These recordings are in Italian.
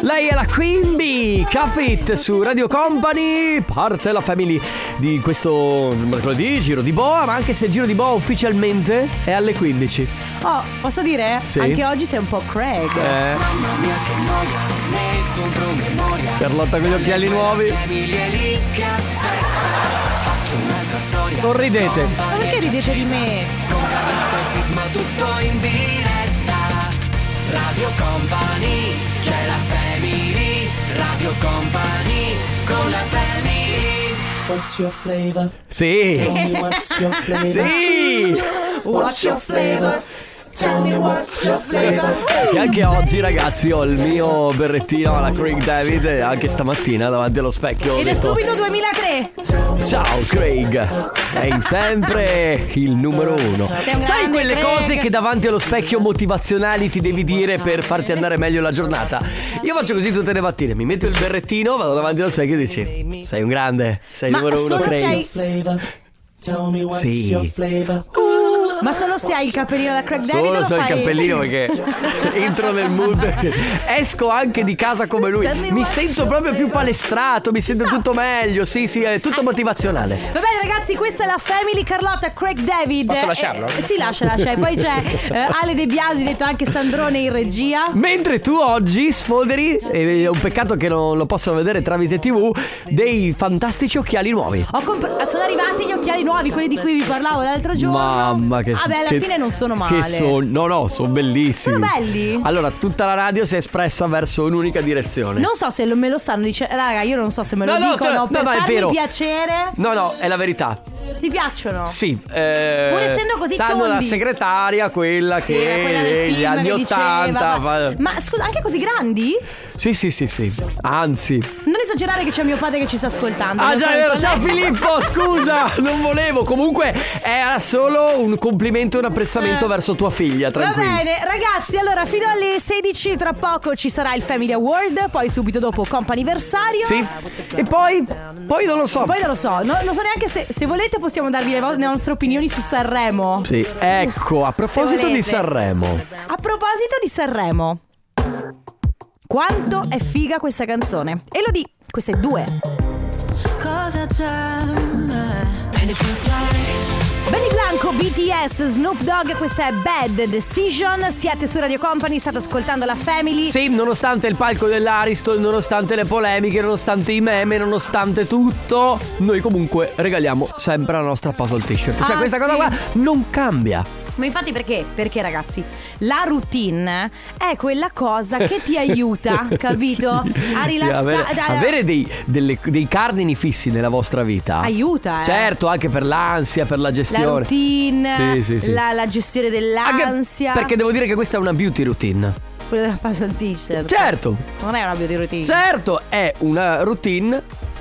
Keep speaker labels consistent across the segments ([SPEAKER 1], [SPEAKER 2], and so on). [SPEAKER 1] Lei è la Queen Bee, Capit su Radio Company, parte la family di questo mercoledì, Giro di Boa, ma anche se il Giro di Boa ufficialmente è alle 15.
[SPEAKER 2] Oh, posso dire?
[SPEAKER 1] Sì.
[SPEAKER 2] Anche oggi sei un po' Craig.
[SPEAKER 1] Eh, Carlotta con gli occhiali nuovi. Non ridete.
[SPEAKER 2] Ma perché ridete di me?
[SPEAKER 3] What's your flavor?
[SPEAKER 1] Sì.
[SPEAKER 3] Tell me what's your flavor?
[SPEAKER 1] Sì.
[SPEAKER 3] What's your flavor? Tell me what's your flavor?
[SPEAKER 1] E anche oggi ragazzi ho il mio berrettino alla Craig David e anche stamattina davanti allo specchio ho
[SPEAKER 2] Ed è
[SPEAKER 1] detto
[SPEAKER 2] subito 2003.
[SPEAKER 1] ciao Craig è in sempre il numero uno
[SPEAKER 2] Sei un
[SPEAKER 1] Sai
[SPEAKER 2] grande
[SPEAKER 1] quelle
[SPEAKER 2] Craig.
[SPEAKER 1] cose che davanti allo specchio motivazionali ti devi dire per farti andare meglio la giornata Io faccio così tutte le mattine mi metto il berrettino vado davanti allo specchio e dici sei un grande sei il
[SPEAKER 2] Ma
[SPEAKER 1] numero uno
[SPEAKER 2] solo
[SPEAKER 1] Craig
[SPEAKER 2] sei-
[SPEAKER 3] Flavor. Tell me what's
[SPEAKER 1] Sì.
[SPEAKER 3] your flavor?
[SPEAKER 2] Ma solo se hai il cappellino da Craig David
[SPEAKER 1] Solo
[SPEAKER 2] lo
[SPEAKER 1] so il
[SPEAKER 2] fai-
[SPEAKER 1] cappellino perché entro nel mood. Esco anche di casa come lui. Mi sento proprio più palestrato, mi sento tutto meglio. Sì, sì, è tutto motivazionale.
[SPEAKER 2] Va bene ragazzi, questa è la Family Carlotta Craig David.
[SPEAKER 4] Posso lasciarlo?
[SPEAKER 2] Eh, sì, lascia, lascia. E poi c'è eh, Ale De Biasi, detto anche Sandrone in regia.
[SPEAKER 1] Mentre tu oggi sfoderi, e è un peccato che non lo posso vedere tramite tv, dei fantastici occhiali nuovi.
[SPEAKER 2] Ho compr- sono arrivati gli occhiali nuovi, quelli di cui vi parlavo l'altro giorno.
[SPEAKER 1] Mamma che
[SPEAKER 2] Vabbè, alla
[SPEAKER 1] che-
[SPEAKER 2] fine non sono male.
[SPEAKER 1] Che sono, no, no, sono bellissimi.
[SPEAKER 2] Sono belli?
[SPEAKER 1] Allora, tutta la radio si è espressa verso un'unica direzione.
[SPEAKER 2] Non so se lo- me lo stanno dicendo. Raga, io non so se me
[SPEAKER 1] No,
[SPEAKER 2] lo
[SPEAKER 1] no,
[SPEAKER 2] dicono
[SPEAKER 1] te lo- no,
[SPEAKER 2] per
[SPEAKER 1] no, è
[SPEAKER 2] farmi
[SPEAKER 1] vero.
[SPEAKER 2] piacere.
[SPEAKER 1] No, no, è la verità.
[SPEAKER 2] Ti piacciono?
[SPEAKER 1] Sì, eh,
[SPEAKER 2] Pur essendo così
[SPEAKER 1] Sanno la
[SPEAKER 2] tondi.
[SPEAKER 1] segretaria, quella
[SPEAKER 2] Sì,
[SPEAKER 1] che
[SPEAKER 2] era quella del
[SPEAKER 1] negli
[SPEAKER 2] film
[SPEAKER 1] anni
[SPEAKER 2] che diceva,
[SPEAKER 1] 80
[SPEAKER 2] va-
[SPEAKER 1] fa-
[SPEAKER 2] Ma scusa, anche così grandi?
[SPEAKER 1] Sì, sì, sì, sì. Anzi.
[SPEAKER 2] Non esagerare che c'è mio padre che ci sta ascoltando.
[SPEAKER 1] Ah
[SPEAKER 2] Lo
[SPEAKER 1] già
[SPEAKER 2] so,
[SPEAKER 1] è vero,
[SPEAKER 2] con
[SPEAKER 1] ciao
[SPEAKER 2] lei.
[SPEAKER 1] Filippo, scusa, non volevo. Comunque era solo un complimento e un apprezzamento
[SPEAKER 2] Eh.
[SPEAKER 1] verso tua figlia,
[SPEAKER 2] Va
[SPEAKER 1] tranquillo.
[SPEAKER 2] bene, ragazzi, allora fino alle 16 tra poco ci sarà il Family Award, poi subito dopo Comp'anniversario.
[SPEAKER 1] Sì? E poi poi non lo so.
[SPEAKER 2] Poi non lo so, no- non so neanche se, se volete possiamo darvi le, vo- le nostre opinioni su Sanremo.
[SPEAKER 1] Sì, ecco, a proposito di
[SPEAKER 2] volete.
[SPEAKER 1] Sanremo.
[SPEAKER 2] A proposito di Sanremo, quanto è figa questa canzone? E lo di queste due. Benny Blanco, BTS, Snoop Dogg, questa è Bad Decision. Siete su Radio Company, state ascoltando la Family.
[SPEAKER 1] Sì, nonostante il palco dell'Ariston, nonostante le polemiche, nonostante i meme, nonostante tutto, noi comunque regaliamo sempre la nostra puzzle t-shirt. Cioè,
[SPEAKER 2] Ah,
[SPEAKER 1] questa
[SPEAKER 2] sì.
[SPEAKER 1] cosa qua non cambia.
[SPEAKER 2] Ma infatti perché? Perché ragazzi, la routine è quella cosa che ti aiuta, capito?
[SPEAKER 1] Sì.
[SPEAKER 2] A
[SPEAKER 1] Sì,
[SPEAKER 2] rilassare.
[SPEAKER 1] avere avere dei, delle- dei cardini fissi nella vostra vita
[SPEAKER 2] Aiuta, eh.
[SPEAKER 1] Certo, anche per l'ansia, per la
[SPEAKER 2] La
[SPEAKER 1] gestione.
[SPEAKER 2] routine,
[SPEAKER 1] Sì, sì, sì.
[SPEAKER 2] La, la gestione
[SPEAKER 1] Anche
[SPEAKER 2] dell'ansia.
[SPEAKER 1] Perché devo dire che questa è una beauty routine.
[SPEAKER 2] Quella della puzzle t-shirt.
[SPEAKER 1] Certo,
[SPEAKER 2] Non è una beauty routine.
[SPEAKER 1] certo, è una routine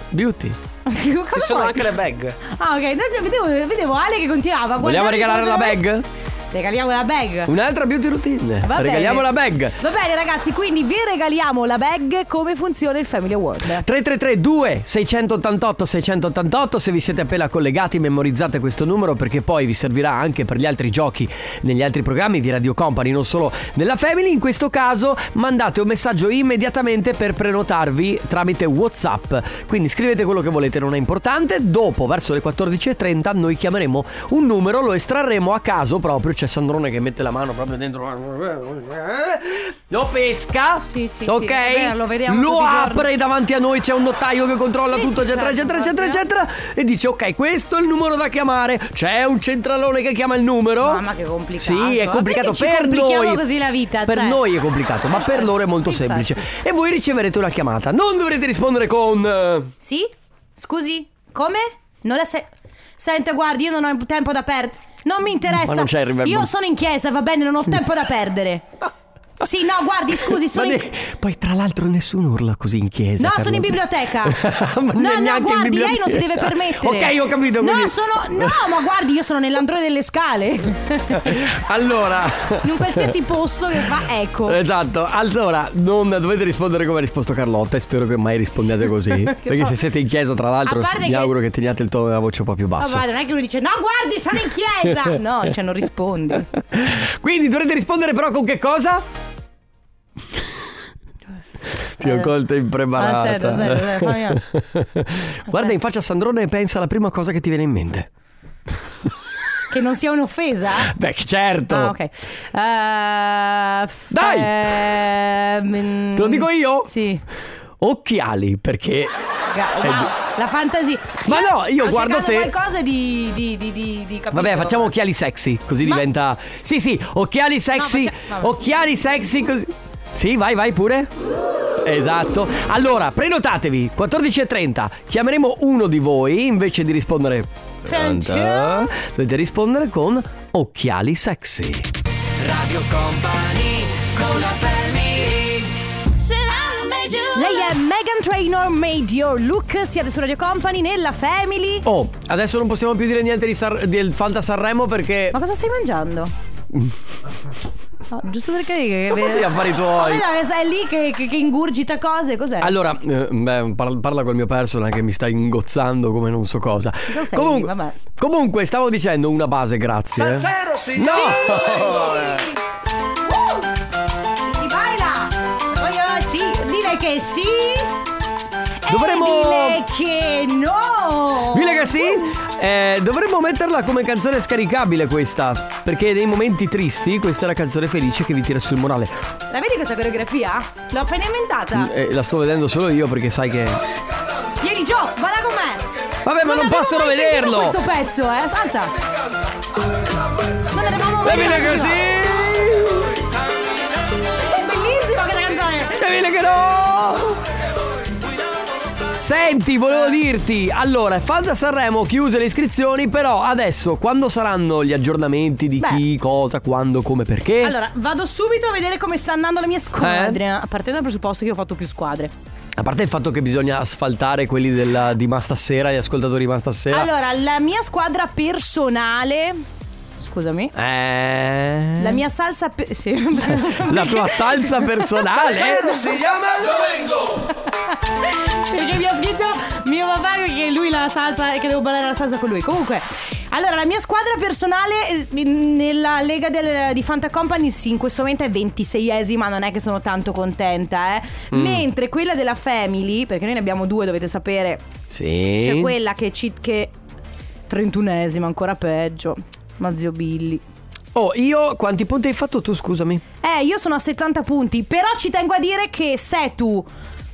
[SPEAKER 1] beauty.
[SPEAKER 2] Cosa
[SPEAKER 4] Ci sono
[SPEAKER 2] vuoi?
[SPEAKER 4] anche le bag.
[SPEAKER 2] Ah, ok. No, vedevo, vedevo Ale che continuava. a
[SPEAKER 1] Vogliamo
[SPEAKER 2] guardare
[SPEAKER 1] regalare
[SPEAKER 2] cosa-
[SPEAKER 1] la bag?
[SPEAKER 2] Regaliamo la bag.
[SPEAKER 1] Un'altra beauty routine.
[SPEAKER 2] Va bene.
[SPEAKER 1] Regaliamo la bag.
[SPEAKER 2] Va bene, ragazzi, quindi vi regaliamo la bag come funziona il Family Award.
[SPEAKER 1] 3332 688 688 se vi siete appena collegati memorizzate questo numero perché poi vi servirà anche per gli altri giochi negli altri programmi di Radio Company non solo della Family in questo caso mandate un messaggio immediatamente per prenotarvi tramite Whatsapp quindi scrivete quello che volete non è importante dopo verso le 14.30 noi chiameremo un numero lo estrarremo a caso proprio c'è Sandrone che mette la mano proprio dentro lo pesca
[SPEAKER 2] Sì, sì, sì,
[SPEAKER 1] ok
[SPEAKER 2] è vero, lo vediamo
[SPEAKER 1] Lo
[SPEAKER 2] tutti i giorni.
[SPEAKER 1] apre e davanti a noi c'è un notaio che controlla
[SPEAKER 2] Sì,
[SPEAKER 1] tutto,
[SPEAKER 2] sì,
[SPEAKER 1] eccetera,
[SPEAKER 2] certo,
[SPEAKER 1] eccetera, eccetera,
[SPEAKER 2] proprio.
[SPEAKER 1] eccetera. E dice, ok, questo è il numero da chiamare. C'è un centralone che chiama il numero.
[SPEAKER 2] Mamma, che complicato.
[SPEAKER 1] Sì, è
[SPEAKER 2] Ma
[SPEAKER 1] complicato
[SPEAKER 2] perché ci
[SPEAKER 1] per
[SPEAKER 2] complichiamo
[SPEAKER 1] noi.
[SPEAKER 2] così la vita,
[SPEAKER 1] Per
[SPEAKER 2] cioè?
[SPEAKER 1] noi è complicato, ma per loro è molto
[SPEAKER 2] Infatti.
[SPEAKER 1] semplice. E voi riceverete una chiamata. Non dovrete rispondere con. eh,
[SPEAKER 2] Sì? Scusi? Come? Non la sei. Senta, guardi, io non ho tempo da perdere. Non mi interessa.
[SPEAKER 1] Ma non c'è il riverbo-
[SPEAKER 2] Io sono in chiesa, va bene, non ho tempo da perdere. Sì, no, guardi, scusi, sono
[SPEAKER 1] ma
[SPEAKER 2] in.
[SPEAKER 1] ne- Poi, tra l'altro, nessuno urla così in chiesa.
[SPEAKER 2] No,
[SPEAKER 1] Carlotta.
[SPEAKER 2] sono in biblioteca.
[SPEAKER 1] Ma
[SPEAKER 2] no,
[SPEAKER 1] neanche
[SPEAKER 2] no,
[SPEAKER 1] in
[SPEAKER 2] guardi, lei non si deve
[SPEAKER 1] biblioteca.
[SPEAKER 2] permettere.
[SPEAKER 1] Ok, ho capito,
[SPEAKER 2] No,
[SPEAKER 1] quindi-
[SPEAKER 2] sono. No, ma guardi, io sono nell'androne delle scale.
[SPEAKER 1] Allora.
[SPEAKER 2] In un qualsiasi posto che fa. Ecco.
[SPEAKER 1] Esatto, allora non dovete rispondere come ha risposto Carlotta e spero che mai rispondiate così. perché
[SPEAKER 2] so.
[SPEAKER 1] se siete in chiesa, tra l'altro,
[SPEAKER 2] A parte
[SPEAKER 1] mi
[SPEAKER 2] che-
[SPEAKER 1] auguro che teniate il tono della voce un po' più
[SPEAKER 2] Ma
[SPEAKER 1] basso.
[SPEAKER 2] guarda, non è che lui dice: No, guardi, sono in chiesa. No, cioè, non rispondi.
[SPEAKER 1] Quindi dovrete rispondere però con che cosa? Ti
[SPEAKER 2] Eh,
[SPEAKER 1] ho colta impreparata.
[SPEAKER 2] Aspetta, aspetta, aspetta, fammi vedere.
[SPEAKER 1] Guarda in faccia a Sandrone e pensa alla prima cosa che ti viene in mente.
[SPEAKER 2] Che non sia un'offesa?
[SPEAKER 1] Beh, certo.
[SPEAKER 2] Ah, ok. Eh, f-
[SPEAKER 1] Dai!
[SPEAKER 2] ehm,
[SPEAKER 1] Te lo dico io?
[SPEAKER 2] Sì.
[SPEAKER 1] Occhiali, perché
[SPEAKER 2] Ga- wow, la fantasia.
[SPEAKER 1] Ma no, Eh, io
[SPEAKER 2] Ho
[SPEAKER 1] guardo
[SPEAKER 2] cercato
[SPEAKER 1] te.
[SPEAKER 2] qualcosa di, di, di, di, di capito.
[SPEAKER 1] Vabbè, facciamo occhiali sexy, così diventa Sì, sì, occhiali sexy.
[SPEAKER 2] No, faccia- vabbè.
[SPEAKER 1] Occhiali sexy così. Sì, vai, vai pure. Esatto. Allora, prenotatevi 14:30. Chiameremo uno di voi invece di rispondere
[SPEAKER 2] Pronto?
[SPEAKER 1] Pronto? Dovete rispondere con occhiali sexy. Radio Company con la
[SPEAKER 2] Lei è Megan Trainor Made Your Look. Siete su Radio Company nella Family.
[SPEAKER 1] Oh, adesso non possiamo più dire niente di San- del Fanta Sanremo perché
[SPEAKER 2] Ma cosa stai mangiando? No, giusto perché che
[SPEAKER 1] Mm. Ma fatti gli affari
[SPEAKER 2] Ma
[SPEAKER 1] tuoi.
[SPEAKER 2] vedo che sei lì che, che- che ingurgita cose, cos'è?
[SPEAKER 1] Allora, eh, beh, par- parla col mio persona che mi sta ingozzando come non so cosa.
[SPEAKER 2] Lo sei,
[SPEAKER 1] comunque,
[SPEAKER 2] vabbè.
[SPEAKER 1] comunque, stavo dicendo una base, grazie. eh.
[SPEAKER 3] sì.
[SPEAKER 1] No!
[SPEAKER 2] Uh! Ti baila! Voglio sì, dire che sì.
[SPEAKER 1] Dovremmo-
[SPEAKER 2] E dire che no.
[SPEAKER 1] Dile che sì? Eh, dovremmo metterla come canzone scaricabile questa. Perché nei momenti tristi, questa è la canzone felice che vi tira sul morale.
[SPEAKER 2] La vedi questa coreografia? L'ho appena inventata.
[SPEAKER 1] Eh, la sto vedendo solo io perché sai che.
[SPEAKER 2] Vieni giù, vada con me.
[SPEAKER 1] Vabbè, Eh, ma non
[SPEAKER 2] avevo
[SPEAKER 1] possono
[SPEAKER 2] mai sentito
[SPEAKER 1] vederlo!
[SPEAKER 2] Questo pezzo, eh, salza. Non l'avevamo mai
[SPEAKER 1] E viene
[SPEAKER 2] sentito.
[SPEAKER 1] così!
[SPEAKER 2] È bellissima questa canzone.
[SPEAKER 1] E viene che no! Senti,
[SPEAKER 2] Eh.
[SPEAKER 1] volevo dirti, allora, Fanta Sanremo chiuse le iscrizioni, però adesso quando saranno gli aggiornamenti di
[SPEAKER 2] Beh.
[SPEAKER 1] chi, cosa, quando, come, perché?
[SPEAKER 2] Allora, vado subito a vedere come sta andando le mie squadre.
[SPEAKER 1] Eh?
[SPEAKER 2] A partire dal presupposto che io ho fatto più squadre.
[SPEAKER 1] A parte il fatto che bisogna asfaltare quelli della- di ma stasera, gli ascoltatori di ma stasera.
[SPEAKER 2] Allora, la mia squadra personale. Scusami.
[SPEAKER 1] Eh...
[SPEAKER 2] La mia salsa. pe- sì.
[SPEAKER 1] La tua salsa
[SPEAKER 2] Cioè,
[SPEAKER 1] personale?
[SPEAKER 2] Perché mi ha scritto mio papà che lui la salsa. Che devo ballare la salsa con lui. Comunque. Allora, la mia squadra personale eh, nella Lega del- di Fanta Company sì, in questo momento è 26esima, non è che sono tanto contenta, eh. Mentre quella della Family, perché noi ne abbiamo due, dovete sapere,
[SPEAKER 1] sì.
[SPEAKER 2] c'è Cioè, quella che, ci, che 31esima, ancora peggio. Ma zio Billy.
[SPEAKER 1] Oh, io quanti punti hai fatto tu, scusami?
[SPEAKER 2] Eh, io sono a 70 punti, però ci tengo a dire che Setu,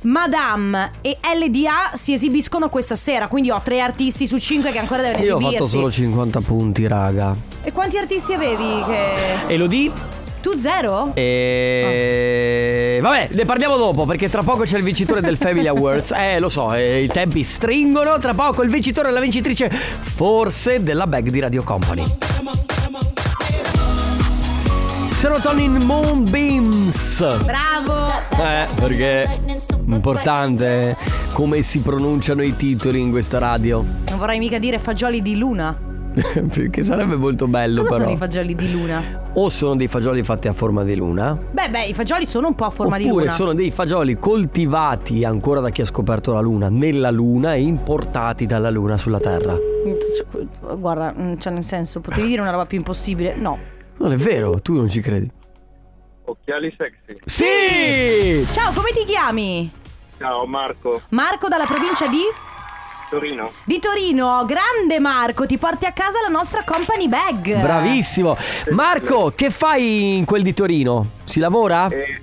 [SPEAKER 2] Madame e LDA si esibiscono questa sera, quindi ho tre artisti su cinque che ancora devono
[SPEAKER 1] Io ho
[SPEAKER 2] esibirsi.
[SPEAKER 1] fatto solo 50 punti, raga.
[SPEAKER 2] E quanti artisti avevi che...
[SPEAKER 1] Elodie?
[SPEAKER 2] Tu zero?
[SPEAKER 1] Eh.
[SPEAKER 2] Ah.
[SPEAKER 1] E... Vabbè, ne parliamo dopo perché tra poco c'è il vincitore del Family Awards. Eh, lo so, eh, i tempi stringono. Tra poco il vincitore e la vincitrice, forse, della bag di Radio Company. Serotonin Moonbeams.
[SPEAKER 2] Bravo!
[SPEAKER 1] Eh, perché è importante come si pronunciano i titoli in questa radio.
[SPEAKER 2] Non vorrei mica dire fagioli di luna.
[SPEAKER 1] perché sarebbe molto bello,
[SPEAKER 2] Cosa
[SPEAKER 1] però.
[SPEAKER 2] sono i fagioli di luna?
[SPEAKER 1] o sono dei fagioli fatti a forma di luna.
[SPEAKER 2] Beh, beh, i fagioli sono un po' a forma di
[SPEAKER 1] Oppure
[SPEAKER 2] luna.
[SPEAKER 1] sono dei fagioli coltivati ancora da chi ha scoperto la Luna nella Luna e importati dalla Luna sulla Terra.
[SPEAKER 2] Guarda, mm, cioè nel senso, potevi dire una roba più impossibile? No.
[SPEAKER 1] Non è vero, tu non ci credi.
[SPEAKER 4] Occhiali sexy.
[SPEAKER 1] Sì!
[SPEAKER 2] Ciao, come ti chiami?
[SPEAKER 4] Ciao Marco,
[SPEAKER 2] Marco dalla provincia di...
[SPEAKER 4] Torino.
[SPEAKER 2] Di Torino, grande Marco, ti porti a casa la nostra company bag.
[SPEAKER 1] Bravissimo! Marco, che fai in quel di Torino? Si
[SPEAKER 2] Ah,
[SPEAKER 1] lavora?
[SPEAKER 4] E,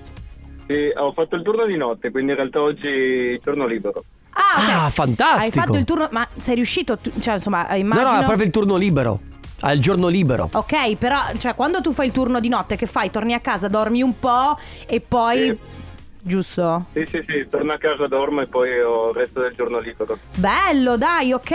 [SPEAKER 4] sì, ho fatto il turno di notte, quindi in realtà oggi giorno libero.
[SPEAKER 2] Ah, ok.
[SPEAKER 1] Ah, fantastico!
[SPEAKER 2] Hai fatto il turno, ma sei riuscito, tu- cioè insomma, eh,
[SPEAKER 1] No,
[SPEAKER 2] immagino Ah,
[SPEAKER 1] no, è proprio il turno libero. Al giorno libero.
[SPEAKER 2] Ok, però cioè quando tu fai il turno di notte che fai? Torni a casa, dormi un po' e poi
[SPEAKER 4] Sì.
[SPEAKER 2] giusto?
[SPEAKER 4] Sì, sì, sì, torno a casa, dormo e poi ho il resto del giorno libero.
[SPEAKER 2] Bello, dai, ok.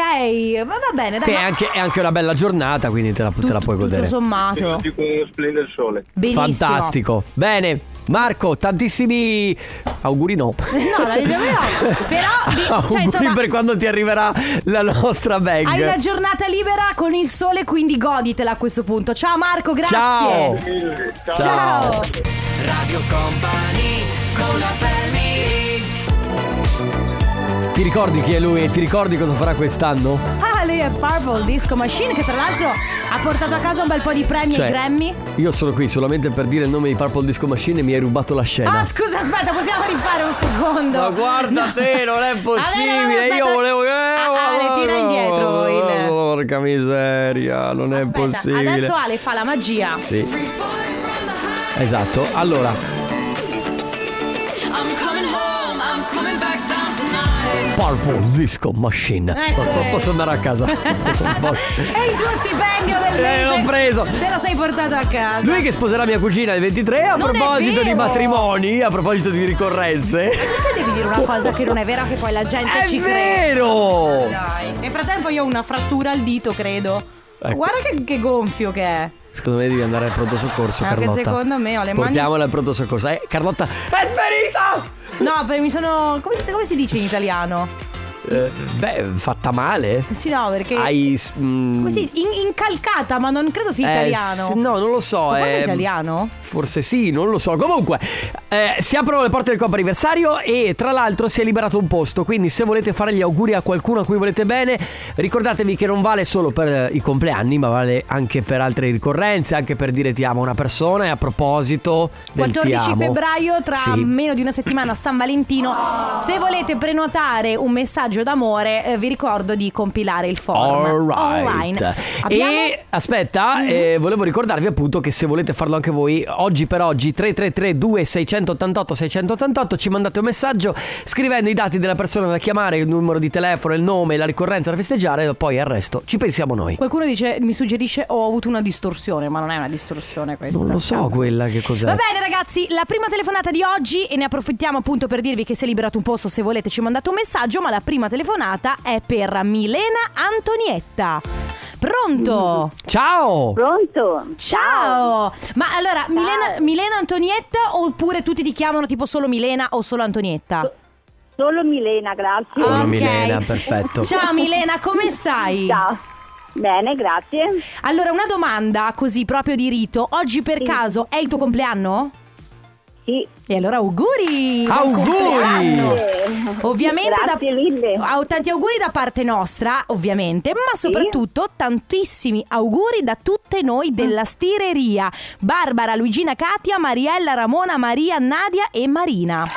[SPEAKER 2] Ma va bene, dai.
[SPEAKER 1] Che è
[SPEAKER 2] ma
[SPEAKER 1] anche, è anche una bella giornata, quindi te la, te la
[SPEAKER 2] tutto-
[SPEAKER 1] puoi godere.
[SPEAKER 2] Tutto
[SPEAKER 4] Sì,
[SPEAKER 2] sommato.
[SPEAKER 4] oggi con lo splende il sole.
[SPEAKER 2] Benissimo.
[SPEAKER 1] Fantastico. Bene, Marco, tantissimi auguri no.
[SPEAKER 2] No, la vedo no. Però di- cioè,
[SPEAKER 1] auguri
[SPEAKER 2] insomma-
[SPEAKER 1] per Ah, quando ti arriverà la nostra bag.
[SPEAKER 2] Hai una giornata libera con il sole, quindi goditela a questo punto. Ciao Marco, grazie.
[SPEAKER 1] Ciao.
[SPEAKER 4] Ciao.
[SPEAKER 1] Ciao.
[SPEAKER 2] Ciao.
[SPEAKER 1] Ti ricordi chi è lui e ti ricordi cosa farà quest'anno?
[SPEAKER 2] Ah, lei è Purple Disco Machine, che tra l'altro ha portato a casa un bel po' di premi
[SPEAKER 1] Cioè,
[SPEAKER 2] ai Grammy.
[SPEAKER 1] Io sono qui solamente per dire il nome di Purple Disco Machine e mi hai rubato la scena.
[SPEAKER 2] Ah, scusa, aspetta, possiamo rifare un secondo.
[SPEAKER 1] esatto. Ma guarda te, non è possibile,
[SPEAKER 2] Vabbè,
[SPEAKER 1] io
[SPEAKER 2] no, no, aspetta.
[SPEAKER 1] volevo che...
[SPEAKER 2] Ah, Ale, tira indietro il-
[SPEAKER 1] Porca miseria, non è
[SPEAKER 2] Aspetta,
[SPEAKER 1] possibile.
[SPEAKER 2] Adesso Ale fa la magia.
[SPEAKER 1] Sì. Esatto, allora, Purple Disco Machine.
[SPEAKER 2] Ecco, eh.
[SPEAKER 1] Posso andare a casa? Posso.
[SPEAKER 2] È il tuo stipendio del
[SPEAKER 1] Eh,
[SPEAKER 2] mese.
[SPEAKER 1] l'ho preso.
[SPEAKER 2] Te lo sei portato a casa.
[SPEAKER 1] Lui che sposerà mia cugina il 23, a
[SPEAKER 2] Non è
[SPEAKER 1] proposito di
[SPEAKER 2] vero!
[SPEAKER 1] matrimoni, a proposito di ricorrenze.
[SPEAKER 2] Perché devi dire una cosa che non è vera che poi la gente
[SPEAKER 1] È
[SPEAKER 2] ci crede?
[SPEAKER 1] vero!
[SPEAKER 2] Dai, nel frattempo io ho una frattura al dito, credo.
[SPEAKER 1] Ecco.
[SPEAKER 2] Guarda che, che gonfio che è.
[SPEAKER 1] Secondo me devi andare al pronto soccorso,
[SPEAKER 2] Anche
[SPEAKER 1] Carlotta.
[SPEAKER 2] secondo me ho le mani-
[SPEAKER 1] Portiamola al pronto soccorso. Eh, Carlotta, è ferita!
[SPEAKER 2] No, per- mi sono. Come, come si dice in italiano?
[SPEAKER 1] Eh, beh, fatta male?
[SPEAKER 2] Sì, no, perché.
[SPEAKER 1] Hai... s- mm,
[SPEAKER 2] Così, in- incalcata, ma non credo sia
[SPEAKER 1] eh,
[SPEAKER 2] italiano.
[SPEAKER 1] s- no, non lo so.
[SPEAKER 2] Ma forse
[SPEAKER 1] eh,
[SPEAKER 2] è italiano?
[SPEAKER 1] Forse sì, non lo so. Comunque, eh, si aprono le porte del compo anniversario e tra l'altro si è liberato un posto. Quindi, se volete fare gli auguri a qualcuno a cui volete bene, ricordatevi che non vale solo per eh, i compleanni, ma vale anche per altre ricorrenze, anche per dire ti amo a una persona. E a proposito, del ti
[SPEAKER 2] 14
[SPEAKER 1] amo-
[SPEAKER 2] febbraio, tra
[SPEAKER 1] Sì.
[SPEAKER 2] meno di una settimana, San Valentino. Se volete prenotare un messaggio d'amore, eh, vi ricordo di compilare il form
[SPEAKER 1] All right.
[SPEAKER 2] online. Abbiamo... Mm-hmm.
[SPEAKER 1] E aspetta, eh, volevo ricordarvi appunto che se volete farlo anche voi, oggi per oggi 333 2688 688 ci mandate un messaggio scrivendo i dati della persona da chiamare, il numero di telefono, il nome, la ricorrenza da festeggiare e poi al resto ci pensiamo noi.
[SPEAKER 2] Qualcuno dice, mi suggerisce "Oh, ho avuto una distorsione, ma non è una distorsione questa.
[SPEAKER 1] Non lo so
[SPEAKER 2] Calma.
[SPEAKER 1] quella che cos'è.
[SPEAKER 2] Va bene ragazzi, la prima telefonata di oggi e ne approfittiamo appunto per dirvi che si è liberato un posto se volete ci mandate un messaggio, ma la prima telefonata è per Milena Antonietta. Pronto?
[SPEAKER 1] Mm-hmm. Ciao!
[SPEAKER 5] Pronto?
[SPEAKER 2] Ciao! Ma allora, Milena, Milena Antonietta oppure tutti ti chiamano tipo solo Milena o solo Antonietta?
[SPEAKER 5] Solo Milena, grazie.
[SPEAKER 1] Solo
[SPEAKER 2] ok.
[SPEAKER 1] Milena, perfetto.
[SPEAKER 2] Ah, Ciao Milena, come stai?
[SPEAKER 5] Ciao. Bene, grazie.
[SPEAKER 2] Allora, una domanda così proprio di rito. Oggi per caso è il tuo compleanno?
[SPEAKER 5] Sì.
[SPEAKER 2] E allora auguri! buon
[SPEAKER 1] Auguri!
[SPEAKER 2] compleanno!
[SPEAKER 5] Eh,
[SPEAKER 2] Ovviamente
[SPEAKER 5] grazie
[SPEAKER 2] da,
[SPEAKER 5] mille.
[SPEAKER 2] ah, tanti auguri da parte nostra, ovviamente, ma soprattutto tantissimi auguri da tutte noi
[SPEAKER 5] Mm.
[SPEAKER 2] della stireria. Barbara, Luigina, Katia, Mariella, Ramona, Maria, Nadia e Marina.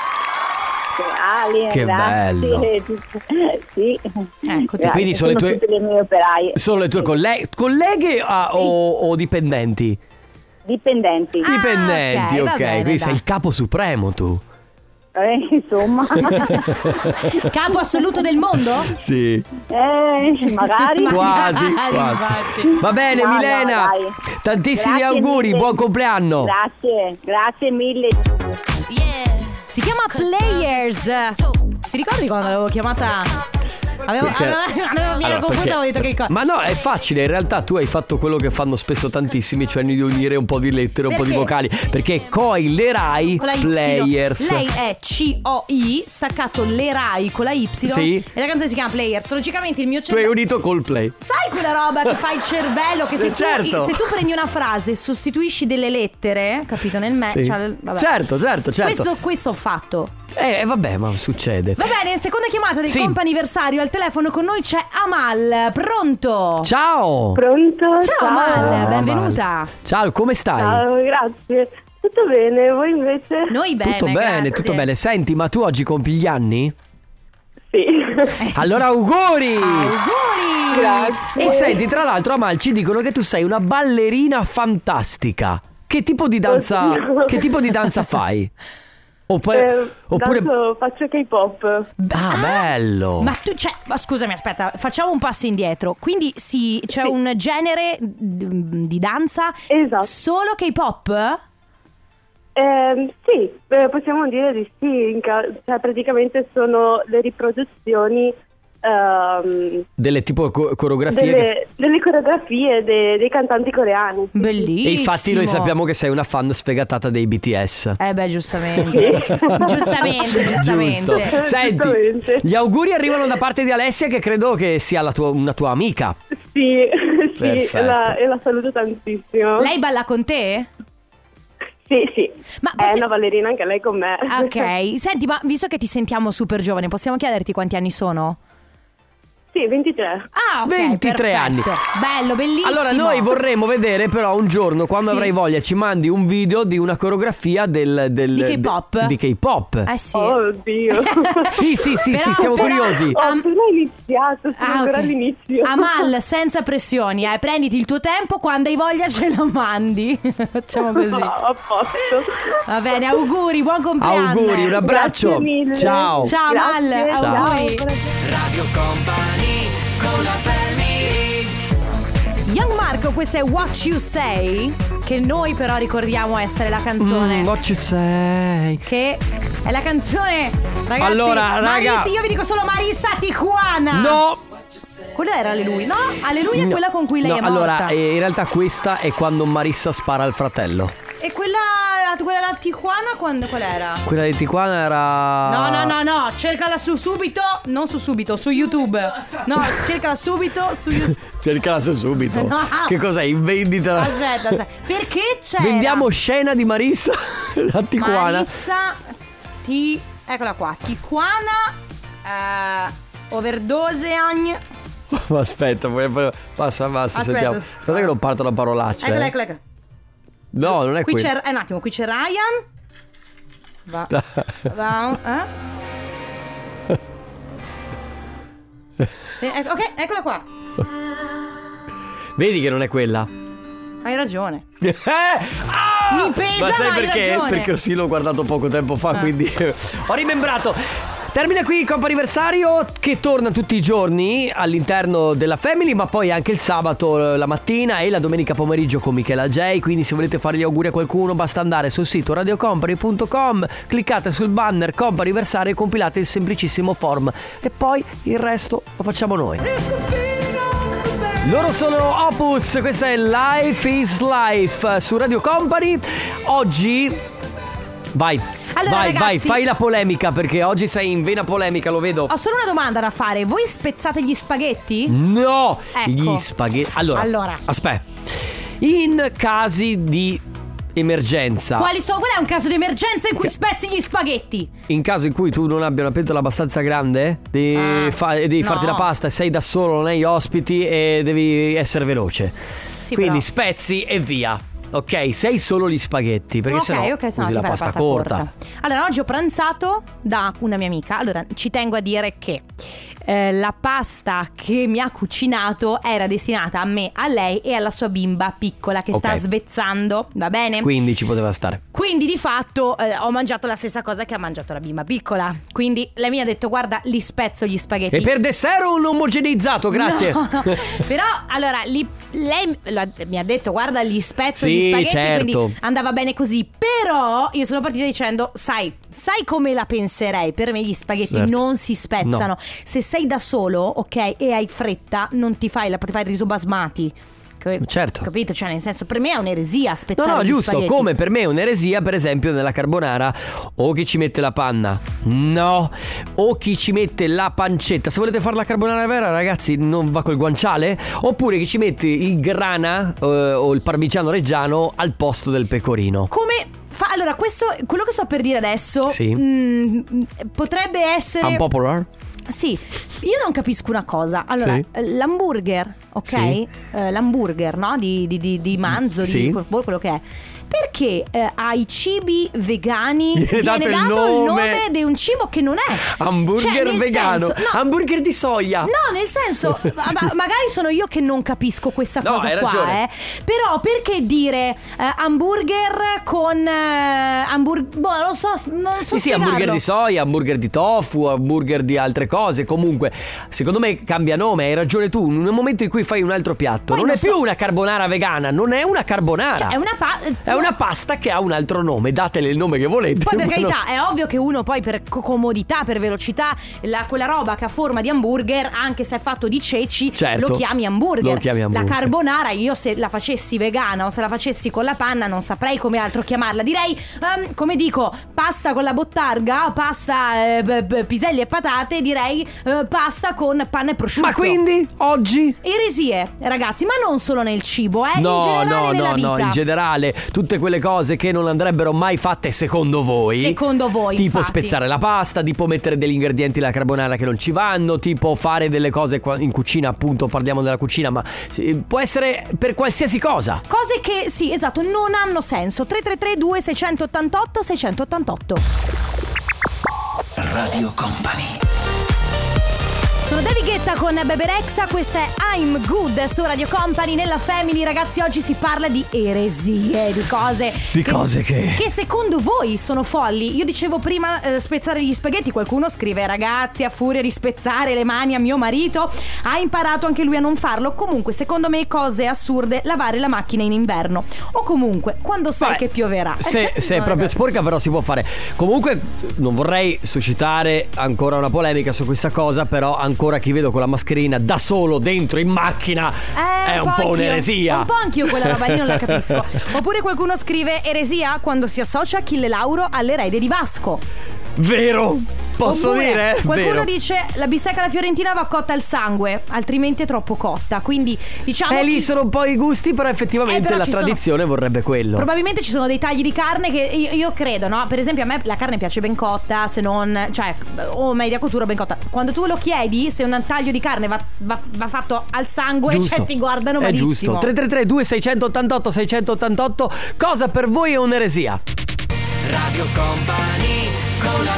[SPEAKER 5] Ale,
[SPEAKER 1] Che
[SPEAKER 5] grazie. sì.
[SPEAKER 2] Ecco,
[SPEAKER 5] Grazie,
[SPEAKER 1] quindi sono le tue-
[SPEAKER 5] tutte le mie operaie
[SPEAKER 1] Sono le tue colle- colleghe ah, o, o dipendenti?
[SPEAKER 5] dipendenti.
[SPEAKER 2] Ah,
[SPEAKER 1] dipendenti,
[SPEAKER 2] ok,
[SPEAKER 1] ok.
[SPEAKER 2] va bene,
[SPEAKER 1] quindi sei
[SPEAKER 2] dai.
[SPEAKER 1] il capo supremo tu.
[SPEAKER 2] Ah.
[SPEAKER 5] Eh, insomma.
[SPEAKER 2] Capo assoluto del mondo?
[SPEAKER 1] Sì.
[SPEAKER 5] eh,
[SPEAKER 1] Quasi,
[SPEAKER 2] Magari,
[SPEAKER 5] magari.
[SPEAKER 1] quasi.
[SPEAKER 2] infatti.
[SPEAKER 1] Va bene,
[SPEAKER 5] No, no,
[SPEAKER 1] Milena.
[SPEAKER 5] dai.
[SPEAKER 1] tantissimi
[SPEAKER 5] Grazie
[SPEAKER 1] auguri,
[SPEAKER 5] mille.
[SPEAKER 1] buon compleanno.
[SPEAKER 5] Grazie, grazie mille.
[SPEAKER 2] Si chiama Players. Ti ricordi quando l'avevo chiamata? Avevo,
[SPEAKER 1] Perché-
[SPEAKER 2] avevo, avevo, mi ero
[SPEAKER 1] Allora,
[SPEAKER 2] confusa,
[SPEAKER 1] perché-
[SPEAKER 2] avevo detto che cosa.
[SPEAKER 1] Ma no, è facile, in realtà tu hai fatto quello che fanno spesso tantissimi, cioè di unire un po' di lettere, un po' di
[SPEAKER 2] Perché?
[SPEAKER 1] vocali, perché coilerai
[SPEAKER 2] con la Y.
[SPEAKER 1] players.
[SPEAKER 2] Lei è C-O-I, staccato le Rai con la Y.
[SPEAKER 1] Sì.
[SPEAKER 2] E la canzone si chiama Players. Logicamente il mio
[SPEAKER 1] Tu hai
[SPEAKER 2] cervello.
[SPEAKER 1] unito col play.
[SPEAKER 2] Sai quella roba che fa il cervello? Che se,
[SPEAKER 1] Certo.
[SPEAKER 2] tu, se tu prendi una frase e sostituisci delle lettere, capito? Nel me.
[SPEAKER 1] Sì.
[SPEAKER 2] cioè, vabbè.
[SPEAKER 1] Certo, certo, certo.
[SPEAKER 2] Questo, questo ho fatto.
[SPEAKER 1] Eh, vabbè, ma succede.
[SPEAKER 2] Va bene, seconda chiamata del
[SPEAKER 1] Sì.
[SPEAKER 2] comp'anniversario. Al telefono con noi c'è Amal. Pronto?
[SPEAKER 1] Ciao.
[SPEAKER 5] Pronto?
[SPEAKER 2] Ciao, Amal,
[SPEAKER 1] Ciao,
[SPEAKER 2] Eh, benvenuta.
[SPEAKER 1] Ciao, come stai?
[SPEAKER 5] grazie. Tutto bene, voi invece?
[SPEAKER 2] Noi bene.
[SPEAKER 1] tutto bene,
[SPEAKER 2] grazie.
[SPEAKER 1] tutto bene. Senti, ma tu oggi compi gli anni?
[SPEAKER 5] Sì.
[SPEAKER 2] Eh,
[SPEAKER 1] Allora auguri!
[SPEAKER 2] Auguri!
[SPEAKER 1] E senti, tra l'altro, Amal, ci dicono che tu sei una ballerina fantastica. Che tipo di danza,
[SPEAKER 5] Oddio. Eh,
[SPEAKER 1] che tipo di danza fai? Oppure. oppure-
[SPEAKER 5] faccio K-pop.
[SPEAKER 1] Ah, bello!
[SPEAKER 2] Ma tu, cioè, ma scusami, aspetta, facciamo un passo indietro. Quindi sì, c'è un genere d- di danza
[SPEAKER 5] Esatto.
[SPEAKER 2] solo K-pop?
[SPEAKER 5] Ehm, sì, eh, possiamo dire di sì, in ca- cioè, praticamente sono le riproduzioni ehm,
[SPEAKER 1] Delle tipo co- coreografie. che-
[SPEAKER 5] delle, delle coreografie de- dei cantanti coreani.
[SPEAKER 2] Bellissimo.
[SPEAKER 1] E infatti, noi sappiamo che sei una fan sfegatata dei BTS.
[SPEAKER 2] Eh beh, giustamente. giustamente, giustamente.
[SPEAKER 1] Giusto. Senti,
[SPEAKER 5] Esattamente.
[SPEAKER 1] gli auguri arrivano da parte di Alessia, che credo che sia la tua- una tua amica.
[SPEAKER 5] Sì, sì
[SPEAKER 1] Perfetto.
[SPEAKER 5] e, la, e la saluto tantissimo.
[SPEAKER 2] Lei balla con te?
[SPEAKER 5] Sì, sì.
[SPEAKER 2] Ma
[SPEAKER 5] È
[SPEAKER 2] possi-
[SPEAKER 5] una ballerina anche lei con me.
[SPEAKER 2] Ok, senti, ma visto che ti sentiamo super giovane, possiamo chiederti quanti anni sono?
[SPEAKER 5] sì, Sì, 23.
[SPEAKER 2] Ah, ok,
[SPEAKER 1] 23
[SPEAKER 2] perfetto.
[SPEAKER 1] anni.
[SPEAKER 2] Bello, bellissimo.
[SPEAKER 1] Allora, noi vorremmo vedere, però, un giorno, quando
[SPEAKER 2] Sì.
[SPEAKER 1] avrai voglia, ci mandi un video di una coreografia del, del-
[SPEAKER 2] Di K-pop.
[SPEAKER 1] de- Di K-pop.
[SPEAKER 2] Eh sì.
[SPEAKER 5] Oh, oddio.
[SPEAKER 1] Sì, sì, sì,
[SPEAKER 2] Però-
[SPEAKER 1] sì, siamo
[SPEAKER 2] però-
[SPEAKER 1] curiosi.
[SPEAKER 5] Ho
[SPEAKER 2] Am-
[SPEAKER 5] appena iniziato, sono ancora
[SPEAKER 2] Ah, ok.
[SPEAKER 5] all'inizio.
[SPEAKER 2] Amal, senza pressioni, eh. prenditi il tuo tempo, quando hai voglia ce la mandi. Facciamo così.
[SPEAKER 5] No, a posto.
[SPEAKER 2] Va bene, auguri, buon compleanno.
[SPEAKER 1] Auguri, un abbraccio.
[SPEAKER 5] Grazie mille.
[SPEAKER 1] Ciao.
[SPEAKER 2] Ciao Mal,
[SPEAKER 5] Grazie,
[SPEAKER 1] Ciao.
[SPEAKER 2] auguri.
[SPEAKER 5] buona giornata.
[SPEAKER 2] Young Marco, questa è What You Say, che noi però ricordiamo essere la canzone.
[SPEAKER 1] Mm, what you say?
[SPEAKER 2] che è la canzone ragazzi
[SPEAKER 1] Allora, raga.
[SPEAKER 2] Marisa, io vi dico solo Marisa Tijuana
[SPEAKER 1] No!
[SPEAKER 2] quella era Alleluia no? Alleluia Ah, è
[SPEAKER 1] No.
[SPEAKER 2] quella con cui lei
[SPEAKER 1] No,
[SPEAKER 2] è morta
[SPEAKER 1] allora, eh, in realtà questa è quando Marissa spara al fratello.
[SPEAKER 2] e quella quella era Tijuana quando qual era?
[SPEAKER 1] Quella di Tijuana era.
[SPEAKER 2] No, no, no, no, cercala su subito, non su subito, su YouTube. No, cercala subito su YouTube.
[SPEAKER 1] Cercala su subito.
[SPEAKER 2] No.
[SPEAKER 1] Che cos'è? In vendita.
[SPEAKER 2] Aspetta, aspetta. Perché c'è
[SPEAKER 1] Vendiamo scena di Marissa a Tijuana.
[SPEAKER 2] Marissa Ti Eccola qua, Tijuana eh, overdose agn.
[SPEAKER 1] Ma aspetta, poi- poi- passa, passa,
[SPEAKER 2] Aspetta.
[SPEAKER 1] sentiamo. Aspetta che non partono parolacce. eh.
[SPEAKER 2] Eccola, eccola, eccola.
[SPEAKER 1] No, non è
[SPEAKER 2] Qui
[SPEAKER 1] qui.
[SPEAKER 2] c'è, eh, un attimo, qui c'è Ryan. Va. Va. eh? Eh, ecco- ok, eccola qua.
[SPEAKER 1] Vedi che non è quella.
[SPEAKER 2] Hai ragione.
[SPEAKER 1] Eh! Ah!
[SPEAKER 2] Mi pesa,
[SPEAKER 1] Ma sai
[SPEAKER 2] ma hai
[SPEAKER 1] perché?
[SPEAKER 2] ragione. Ah.
[SPEAKER 1] Perché sì, l'ho guardato poco tempo fa, quindi ho rimembrato. Termina qui il Coppa Anniversario che torna tutti i giorni all'interno della Family, ma poi anche il sabato eh, la mattina e la domenica pomeriggio con Michela J. Quindi se volete fare gli auguri a qualcuno basta andare sul sito radiocompany.com, cliccate sul banner Coppa Anniversario e compilate il semplicissimo form e poi il resto lo facciamo noi. Loro sono Opus, questa è Life is Life eh, su Radio Company. Oggi. Vai,
[SPEAKER 2] Allora,
[SPEAKER 1] vai,
[SPEAKER 2] ragazzi-
[SPEAKER 1] vai, fai la polemica perché oggi sei in vena polemica, lo vedo.
[SPEAKER 2] Ho solo una domanda da fare. Voi spezzate gli spaghetti?
[SPEAKER 1] No!
[SPEAKER 2] Ecco.
[SPEAKER 1] Gli spaghetti. Allora,
[SPEAKER 2] Allora.
[SPEAKER 1] aspetta. In casi di emergenza,
[SPEAKER 2] Quali sono? Qual è un caso di emergenza in cui spezzi gli spaghetti?
[SPEAKER 1] in caso in cui tu non abbia una pentola abbastanza grande, devi,
[SPEAKER 2] Ah,
[SPEAKER 1] fa- devi
[SPEAKER 2] no.
[SPEAKER 1] farti la pasta, e sei da solo, non hai ospiti e devi essere veloce.
[SPEAKER 2] Sì,
[SPEAKER 1] Quindi
[SPEAKER 2] però.
[SPEAKER 1] spezzi e via. Ok, sei solo gli spaghetti, perché
[SPEAKER 2] ok,
[SPEAKER 1] sennò
[SPEAKER 2] ok, se
[SPEAKER 1] usi
[SPEAKER 2] no ti
[SPEAKER 1] la
[SPEAKER 2] fai
[SPEAKER 1] pasta, corta.
[SPEAKER 2] Allora, oggi ho pranzato da una mia amica. Allora, ci tengo a dire che eh, la pasta che mi ha cucinato era destinata a me, a lei e alla sua bimba piccola che sta
[SPEAKER 1] Ok.
[SPEAKER 2] svezzando, va bene?
[SPEAKER 1] Quindi ci poteva stare.
[SPEAKER 2] Quindi di fatto eh, ho mangiato la stessa cosa che ha mangiato la bimba piccola. Quindi lei mi ha detto "Guarda, li spezzo gli spaghetti".
[SPEAKER 1] E per dessert un omogeneizzato, grazie.
[SPEAKER 2] No. Però allora li- lei la- mi ha detto guarda gli spezzo
[SPEAKER 1] Sì,
[SPEAKER 2] gli spaghetti
[SPEAKER 1] certo.
[SPEAKER 2] quindi andava bene così però io sono partita dicendo sai sai come la penserei per me gli spaghetti
[SPEAKER 1] Certo.
[SPEAKER 2] non si spezzano
[SPEAKER 1] No.
[SPEAKER 2] se sei da solo ok e hai fretta non ti fai la ti fai il riso basmati Che-
[SPEAKER 1] Certo.
[SPEAKER 2] capito cioè nel senso per me è un'eresia
[SPEAKER 1] No,
[SPEAKER 2] spezzare
[SPEAKER 1] no,
[SPEAKER 2] gli
[SPEAKER 1] giusto,
[SPEAKER 2] spaghetti.
[SPEAKER 1] come per me è un'eresia, per esempio, nella carbonara, o chi ci mette la panna, no, o chi ci mette la pancetta. Se volete fare la carbonara vera, ragazzi, non va col guanciale, oppure chi ci mette il grana eh, o il parmigiano reggiano al posto del pecorino.
[SPEAKER 2] Come fa- allora questo quello che sto per dire adesso
[SPEAKER 1] Sì.
[SPEAKER 2] mm, potrebbe essere
[SPEAKER 1] Unpopular?
[SPEAKER 2] Sì, io non capisco una cosa. Allora,
[SPEAKER 1] Sì.
[SPEAKER 2] eh, l'hamburger, ok?
[SPEAKER 1] Sì.
[SPEAKER 2] Eh, l'hamburger, no? Di, di- di- di manzo,
[SPEAKER 1] Sì.
[SPEAKER 2] di quel- boh, quello che è. Perché eh, ai cibi vegani
[SPEAKER 1] Gli è
[SPEAKER 2] viene
[SPEAKER 1] dato
[SPEAKER 2] dato,
[SPEAKER 1] il
[SPEAKER 2] il
[SPEAKER 1] nome.
[SPEAKER 2] nome di un cibo che non è? Cioè,
[SPEAKER 1] Hamburger
[SPEAKER 2] nel
[SPEAKER 1] vegano, Ah.
[SPEAKER 2] senso- no,
[SPEAKER 1] hamburger di soia.
[SPEAKER 2] No, nel senso, ma- ma- magari sono io che non capisco questa
[SPEAKER 1] No,
[SPEAKER 2] cosa
[SPEAKER 1] hai
[SPEAKER 2] qua,
[SPEAKER 1] ragione.
[SPEAKER 2] eh. Però perché dire eh, hamburger con eh, hamburg- boh, non so, non so
[SPEAKER 1] Sì, sì,
[SPEAKER 2] spiegarlo.
[SPEAKER 1] hamburger di soia, hamburger di tofu, hamburger di altre cose. Comunque, secondo me cambia nome, hai ragione tu. Nel momento in cui fai un altro piatto,
[SPEAKER 2] Poi
[SPEAKER 1] non,
[SPEAKER 2] non
[SPEAKER 1] è
[SPEAKER 2] so-
[SPEAKER 1] più una carbonara vegana, non è una carbonara.
[SPEAKER 2] Cioè, è una pa-
[SPEAKER 1] È una pasta che ha un altro nome. Datele il nome che volete.
[SPEAKER 2] Poi per
[SPEAKER 1] ma non-
[SPEAKER 2] carità è ovvio che uno poi per co- comodità, per velocità, la- quella roba che ha forma di hamburger, anche se è fatto di ceci,
[SPEAKER 1] Certo.
[SPEAKER 2] lo chiami hamburger.
[SPEAKER 1] Lo chiami hamburger.
[SPEAKER 2] La carbonara io se la facessi vegana o se la facessi con la panna non saprei come altro chiamarla. Direi, ehm, come dico, pasta con la bottarga, pasta eh, b- b- piselli e patate, direi eh, pasta con panna e prosciutto.
[SPEAKER 1] Ma quindi oggi?
[SPEAKER 2] Eresie, ragazzi, ma non solo nel cibo, eh, in
[SPEAKER 1] No,
[SPEAKER 2] generale
[SPEAKER 1] no,
[SPEAKER 2] nella
[SPEAKER 1] no, no,
[SPEAKER 2] vita.
[SPEAKER 1] in generale, tutte quelle cose che non andrebbero mai fatte secondo voi.
[SPEAKER 2] Secondo voi,
[SPEAKER 1] Tipo
[SPEAKER 2] infatti.
[SPEAKER 1] spezzare la pasta, tipo mettere degli ingredienti alla carbonara che non ci vanno, tipo fare delle cose qua- in cucina, appunto parliamo della cucina, ma sì, può essere per qualsiasi cosa.
[SPEAKER 2] Cose che, sì, esatto, non hanno senso. 333 688 688
[SPEAKER 3] Radio Company.
[SPEAKER 2] Sono David Guetta con Bebe Rexha, questa è I'm Good su Radio Company nella Family. Ragazzi, oggi si parla di eresie, di cose.
[SPEAKER 1] Di cose che-
[SPEAKER 2] Che secondo voi sono folli? Io dicevo prima eh, spezzare gli spaghetti, qualcuno scrive ragazzi, a furia di spezzare le mani a mio marito, ha imparato anche lui a non farlo. Comunque, secondo me cose assurde, lavare la macchina in inverno. O comunque, quando sai
[SPEAKER 1] Beh,
[SPEAKER 2] che pioverà.
[SPEAKER 1] Se, se è
[SPEAKER 2] Ah, eh, certo, No,
[SPEAKER 1] proprio
[SPEAKER 2] ragazzi.
[SPEAKER 1] sporca, però si può fare. Comunque, non vorrei suscitare ancora una polemica su questa cosa. Però, ancora chi vedo con la mascherina da solo dentro in macchina
[SPEAKER 2] Eh,
[SPEAKER 1] è un po'
[SPEAKER 2] anch'io.
[SPEAKER 1] un'eresia.
[SPEAKER 2] Un po' anch'io quella roba lì non la capisco. Oppure qualcuno scrive eresia quando si associa Achille Lauro all'erede di Vasco.
[SPEAKER 1] Vero, posso
[SPEAKER 2] Oppure
[SPEAKER 1] dire?
[SPEAKER 2] Qualcuno
[SPEAKER 1] Vero.
[SPEAKER 2] dice la bistecca alla fiorentina va cotta al sangue, altrimenti è troppo cotta. Quindi diciamo
[SPEAKER 1] Eh, lì
[SPEAKER 2] che-
[SPEAKER 1] sono un po' i gusti, però effettivamente
[SPEAKER 2] Eh, però
[SPEAKER 1] la
[SPEAKER 2] ci sono-
[SPEAKER 1] tradizione vorrebbe quello.
[SPEAKER 2] Probabilmente ci sono dei tagli di carne che io, io credo, no? Per esempio, a me la carne piace ben cotta, se non. cioè, o media cottura o ben cotta. Quando tu lo chiedi, se un taglio di carne va, va- va fatto al sangue,
[SPEAKER 1] Giusto.
[SPEAKER 2] cioè, ti guardano
[SPEAKER 1] È
[SPEAKER 2] malissimo.
[SPEAKER 1] giusto. 333 2688 688 Cosa per voi è un'eresia? Radio Company con la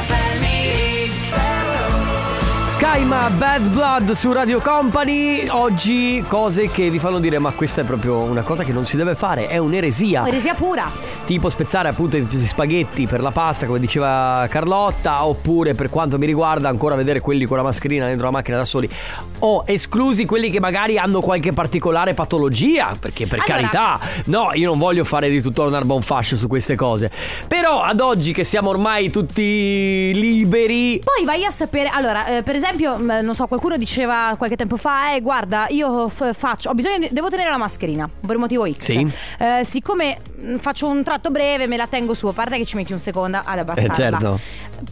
[SPEAKER 1] Kaima Bad Blood su Radio Company. Oggi cose che vi fanno dire: ma questa è proprio una cosa che non si deve fare, è un'eresia.
[SPEAKER 2] Eresia pura.
[SPEAKER 1] Tipo spezzare appunto i spaghetti per la pasta, come diceva Carlotta, oppure per quanto mi riguarda ancora vedere quelli con la mascherina dentro la macchina da soli. O esclusi quelli che magari hanno qualche particolare patologia, perché per
[SPEAKER 2] Allora-
[SPEAKER 1] carità, no, io non voglio fare di tutto un arma un fascio su queste cose. Però ad oggi che siamo ormai tutti liberi...
[SPEAKER 2] Poi vai a sapere, allora, eh, per esempio, mh, non so, qualcuno diceva qualche tempo fa, eh, guarda, io f- faccio, ho bisogno, di- devo tenere la mascherina, per motivo X.
[SPEAKER 1] Sì.
[SPEAKER 2] Eh, siccome mh, faccio un tratto breve, me la tengo su, a parte che ci metti un secondo ad abbassarla.
[SPEAKER 1] certo.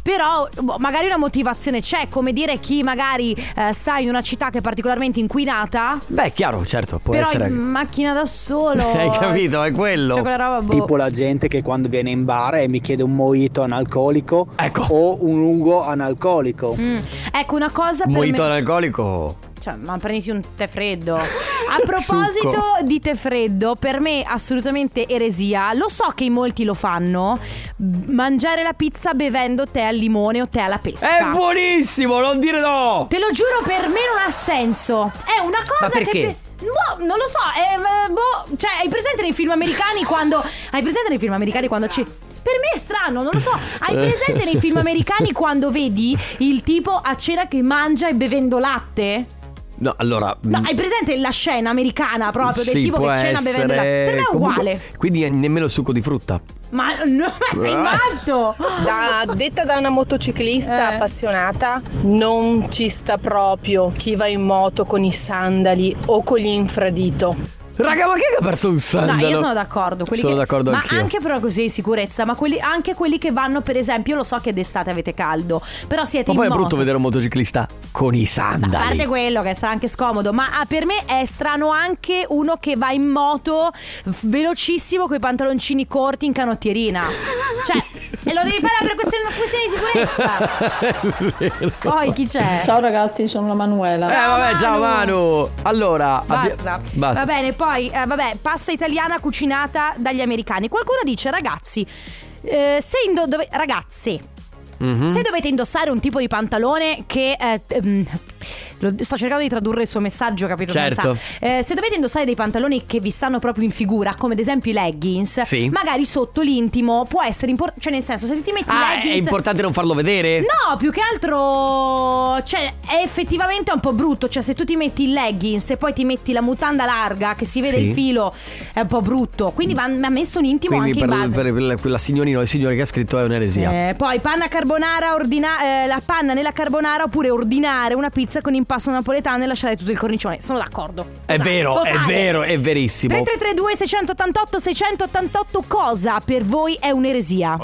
[SPEAKER 2] Però boh, magari una motivazione c'è, come dire chi magari eh, sta in una città che è particolarmente inquinata,
[SPEAKER 1] Beh, chiaro, certo, può
[SPEAKER 2] però
[SPEAKER 1] essere...
[SPEAKER 2] in macchina da solo.
[SPEAKER 1] Hai capito, è quello.
[SPEAKER 2] Cioè quella roba boh.
[SPEAKER 6] Tipo la gente che quando viene in bar e mi chiede un mojito analcolico
[SPEAKER 1] Ecco.
[SPEAKER 6] o un ugo analcolico.
[SPEAKER 2] Mm. Ecco una cosa per
[SPEAKER 1] Mojito
[SPEAKER 2] me-
[SPEAKER 1] alcolico.
[SPEAKER 2] Cioè, ma prenditi un tè freddo. A proposito
[SPEAKER 1] Succo.
[SPEAKER 2] di tè freddo, per me assolutamente eresia. Lo so che in molti lo fanno. b- Mangiare la pizza bevendo tè al limone o tè alla pesca.
[SPEAKER 1] È buonissimo, non dire no!
[SPEAKER 2] Te lo giuro, per me non ha senso. È una cosa
[SPEAKER 1] Ma perché?
[SPEAKER 2] che. te- Boh, non lo so, è, eh, boh, cioè, hai presente nei film americani quando. Hai presente nei film americani quando ci. Per me è strano, non lo so. Hai presente nei film americani quando vedi il tipo a cena che mangia e bevendo latte?
[SPEAKER 1] No, allora...
[SPEAKER 2] No, hai presente la scena americana proprio del
[SPEAKER 1] Mm. Sì,
[SPEAKER 2] tipo
[SPEAKER 1] può
[SPEAKER 2] che cena bevendo la...
[SPEAKER 1] essere-
[SPEAKER 2] Per me è
[SPEAKER 1] comunque-
[SPEAKER 2] uguale.
[SPEAKER 1] quindi nemmeno il succo di frutta.
[SPEAKER 2] Ma no, ma
[SPEAKER 1] Ah.
[SPEAKER 2] sei matto!
[SPEAKER 7] Da, detta da una motociclista
[SPEAKER 2] Eh.
[SPEAKER 7] appassionata, non ci sta proprio chi va in moto con i sandali o con gli infradito.
[SPEAKER 1] Raga, ma chi è che ha perso un
[SPEAKER 2] No,
[SPEAKER 1] sandalo?
[SPEAKER 2] io sono d'accordo. quelli
[SPEAKER 1] Sono
[SPEAKER 2] che-
[SPEAKER 1] d'accordo
[SPEAKER 2] Ma
[SPEAKER 1] anch'io.
[SPEAKER 2] anche però così di sicurezza, ma quelli- anche quelli che vanno, per esempio, lo so che d'estate avete caldo, però siete
[SPEAKER 1] Ma
[SPEAKER 2] in
[SPEAKER 1] poi è
[SPEAKER 2] moto.
[SPEAKER 1] brutto vedere un motociclista con i
[SPEAKER 2] No, A
[SPEAKER 1] sandali.
[SPEAKER 2] parte quello che sarà anche scomodo, ma ah, per me è strano anche uno che va in moto f- velocissimo con i pantaloncini corti in canottierina. Cioè, e lo devi fare per questione, questione di sicurezza.
[SPEAKER 1] È vero.
[SPEAKER 2] Poi chi c'è?
[SPEAKER 8] Ciao ragazzi, sono la Manuela.
[SPEAKER 1] Eh vabbè, ciao
[SPEAKER 2] Manu.
[SPEAKER 1] Manu. Allora, abbi-
[SPEAKER 2] Basta.
[SPEAKER 1] basta.
[SPEAKER 2] Va bene, poi eh, vabbè, pasta italiana cucinata dagli americani. Qualcuno dice, ragazzi, eh, se indo- dove- ragazzi,
[SPEAKER 1] Mhm.
[SPEAKER 2] se dovete indossare un tipo di pantalone che... eh, ehm, lo- sto cercando di tradurre il suo messaggio, capito?
[SPEAKER 1] Certo.
[SPEAKER 2] Senza- eh, se dovete indossare dei pantaloni che vi stanno proprio in figura, come ad esempio i leggings,
[SPEAKER 1] Sì.
[SPEAKER 2] magari sotto l'intimo può essere importante. Cioè, nel senso, se ti metti i
[SPEAKER 1] Ah, è
[SPEAKER 2] leggings...
[SPEAKER 1] importante non farlo vedere?
[SPEAKER 2] No, più che altro. Cioè, è effettivamente un po' brutto. Cioè, se tu ti metti il leggings e poi ti metti la mutanda larga, che si vede
[SPEAKER 1] Sì.
[SPEAKER 2] il filo, è un po' brutto. Quindi va, mi ha messo un intimo
[SPEAKER 1] Quindi
[SPEAKER 2] anche
[SPEAKER 1] per,
[SPEAKER 2] in base.
[SPEAKER 1] per quella- quella signorina o il signore che ha scritto è un'eresia.
[SPEAKER 2] Eh, poi panna carbonara, ordina- eh, la panna nella carbonara oppure ordinare una pizza con impasto napoletano e lasciare tutto il cornicione. Sono d'accordo.
[SPEAKER 1] È
[SPEAKER 2] Totale,
[SPEAKER 1] vero, è
[SPEAKER 2] esatto, totale.
[SPEAKER 1] vero, è verissimo.
[SPEAKER 2] 3332 688 688 cosa per voi è un'eresia?